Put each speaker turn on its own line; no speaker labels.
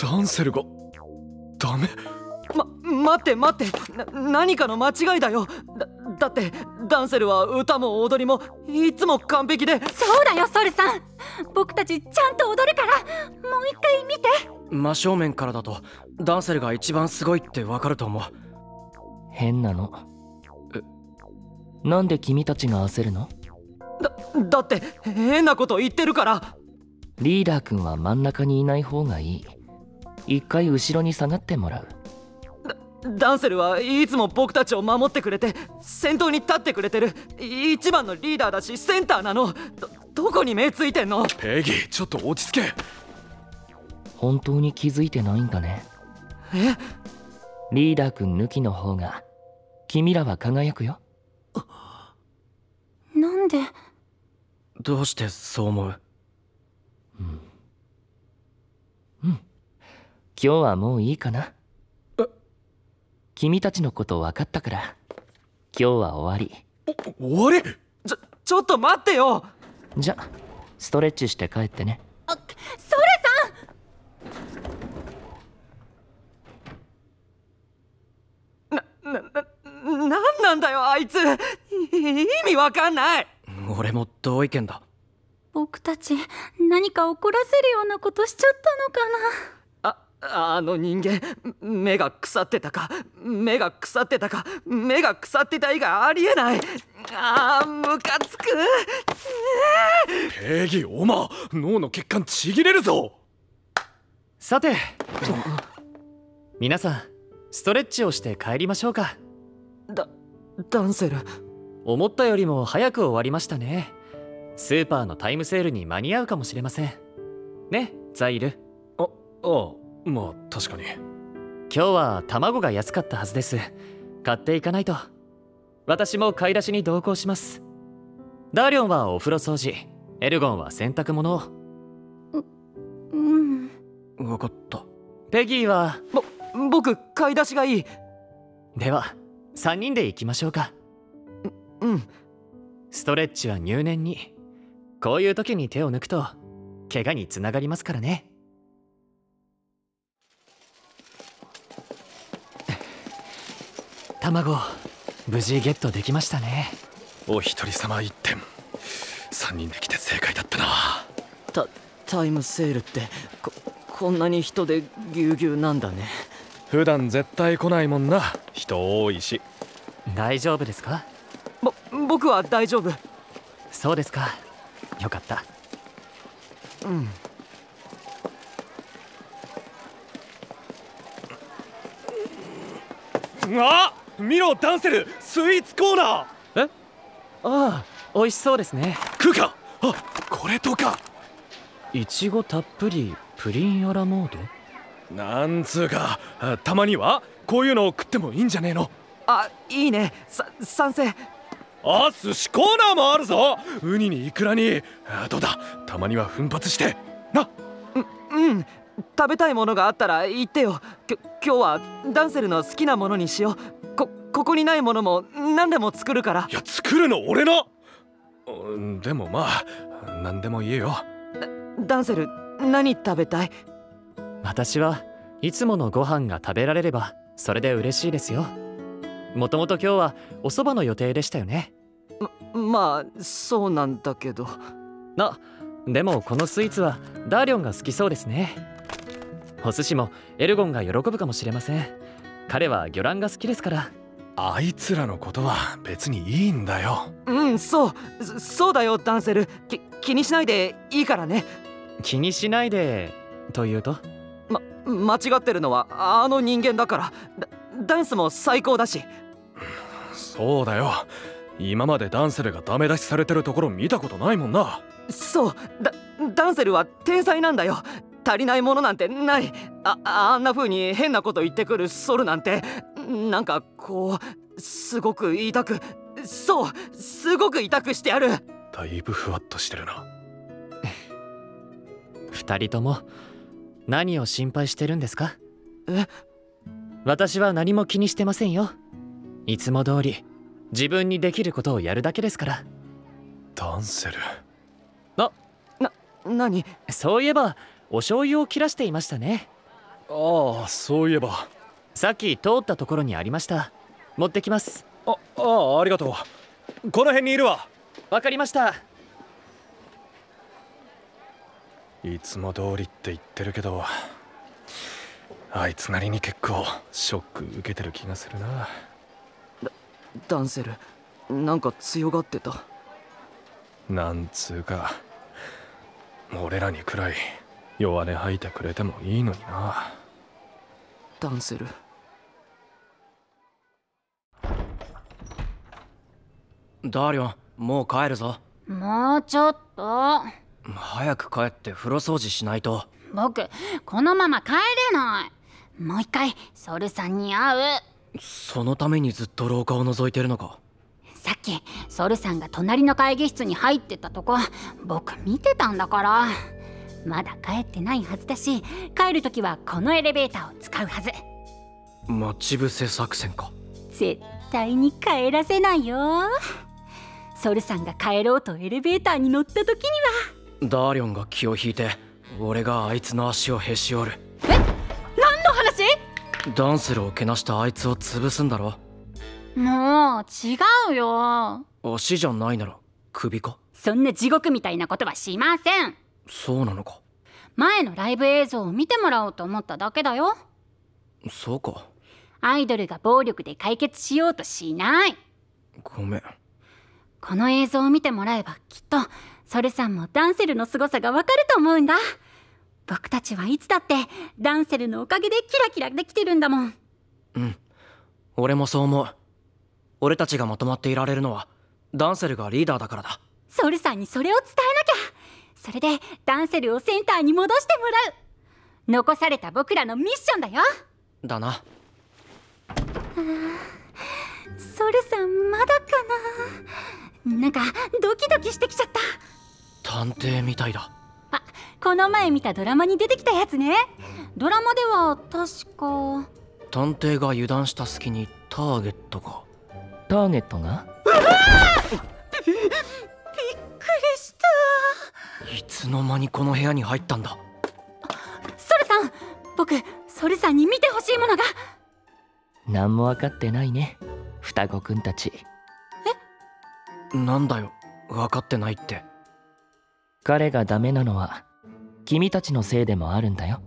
ダンセルがダメ
ま、待って待ってな何かの間違いだよだだってダンセルは歌も踊りもいつも完璧で
そうだよソルさん僕たちちゃんと踊るからもう一回見て
真正面からだとダンセルが一番すごいってわかると思う
変なのなんで君たちが焦るの
だだって変なこと言ってるから
リーダー君は真ん中にいない方がいい一回後ろに下がってもらう
ダンセルはいつも僕たちを守ってくれて先頭に立ってくれてる一番のリーダーだしセンターなのどどこに目ついてんの
ペギーちょっと落ち着け
本当に気づいてないんだね
え
リーダー君抜きの方が君らは輝くよ
なんで
どうしてそう思う
うん、うん、今日はもういいかな君たちのこと分かったから今日は終わ
お終わり
ちょちょっと待ってよ
りじゃストレッチして帰ってね
あソルさん
なななんなんだよあいつい意味わかんない
俺も同意見だ
僕たち何か怒らせるようなことしちゃったのかな
ああの人間目が腐ってたか目が腐ってたか目が腐ってた以外ありえないあームカつく
ペギーおま脳の血管ちぎれるぞ
さて皆さんストレッチをして帰りましょうか
だダンセル
思ったよりも早く終わりましたねスーパーのタイムセールに間に合うかもしれませんねザイル
あああまあ確かに
今日は卵が安かったはずです買っていかないと私も買い出しに同行しますダーリョンはお風呂掃除エルゴンは洗濯物を
うん
分かった
ペギーは
僕買い出しがいい
では3人で行きましょうか
うん
ストレッチは入念にこういう時に手を抜くと怪我につながりますからね卵無事ゲットできましたね
お一人様一点3人で来て正解だったな
たタイムセールってここんなに人でぎゅうぎゅうなんだね
普段絶対来ないもんな人多いし
大丈夫ですか
ぼ僕は大丈夫
そうですかよかった
うん
あ見ろダンセルスイーツコーナー
ああ美味しそうですね
食うかあこれとか
いちごたっぷりプリンアラモード
なんつうかあたまにはこういうのを食ってもいいんじゃねえの
あいいねさ賛成
あ寿司コーナーもあるぞウニにイクラにあどうだたまには奮発してな
うん食べたいものがあったら言ってよきょ今日はダンセルの好きなものにしようこここにないものも何でも作るから
いや作るの俺のうんでもまあ何でも言えよ
ダンセル何食べたい
私はいつものご飯が食べられればそれで嬉しいですよもともと今日はお蕎麦の予定でしたよね
まあそうなんだけど
あでもこのスイーツはダーリョンが好きそうですねお寿司もエルゴンが喜ぶかもしれません彼は魚卵が好きですから
あいつらのことは別にいいんだよ
うんそうそそうだよダンセルき気にしないでいいからね
気にしないでというと
ま間違ってるのはあの人間だからダダンスも最高だし
そうだよ今までダンセルがダメ出しされてるところ見たことないもんな
そうダダンセルは天才なんだよ足りないものなんてないああんな風に変なこと言ってくるソルなんてなんかこうすごく痛くそうすごく痛くしてやる
だいぶふわっとしてるな
2人とも何を心配してるんですか
え
私は何も気にしてませんよいつも通り自分にできることをやるだけですから
ダンセル
何
そういえばお醤油を切らしていましたね
ああそういえば
さっき通ったところにありました持ってきます
あああありがとうこの辺にいるわ
わかりました
いつも通りって言ってるけどあいつなりに結構ショック受けてる気がするな
ダンセルなんか強がってた
なんつうか俺らにくらい弱音吐いてくれてもいいのにな
ダンセル
ダーリョンもう帰るぞ
もうちょっと
早く帰って風呂掃除しないと
僕このまま帰れないもう一回ソルさんに会う
そのためにずっと廊下を覗いてるのか
さっきソルさんが隣の会議室に入ってたとこ僕見てたんだからまだ帰ってないはずだし帰るときはこのエレベーターを使うはず
待ち伏せ作戦か
絶対に帰らせないよソルさんが帰ろうとエレベーターに乗った時に
ダーリョンが気を引いて俺があいつの足をへし折る
は何の話
ダンセルをけなしたあいつを潰すんだろ
もう違うよ
足じゃないなら首か
そんな地獄みたいなことはしません
そうなのか
前のライブ映像を見てもらおうと思っただけだよ
そうか
アイドルが暴力で解決しようとしない
ごめん
この映像を見てもらえばきっとソルさんもダンセルの凄さがわかると思うんだ僕たちはいつだってダンセルのおかげでキラキラできてるんだもん
俺もそう思う俺たちがまとまっていられるのはダンセルがリーダーだからだ
ソルさんにそれを伝えなきゃそれでダンセルをセンターに戻してもらう残された僕らのミッションだよ
だな
ソルさんまだかななんかドキドキしてきちゃった
探偵みたいだ
あこの前見たドラマに出てきたやつねドラマでは確か
探偵が油断した隙にターゲットか
ターゲットが
クリスタ
いつの間にこの部屋に入ったんだ
ソルさん僕ソルさんに見てほしいものが
何も分かってないね双子くんたち
なんだよ分かってないって
彼がダメなのは君たちのせいでもあるんだよ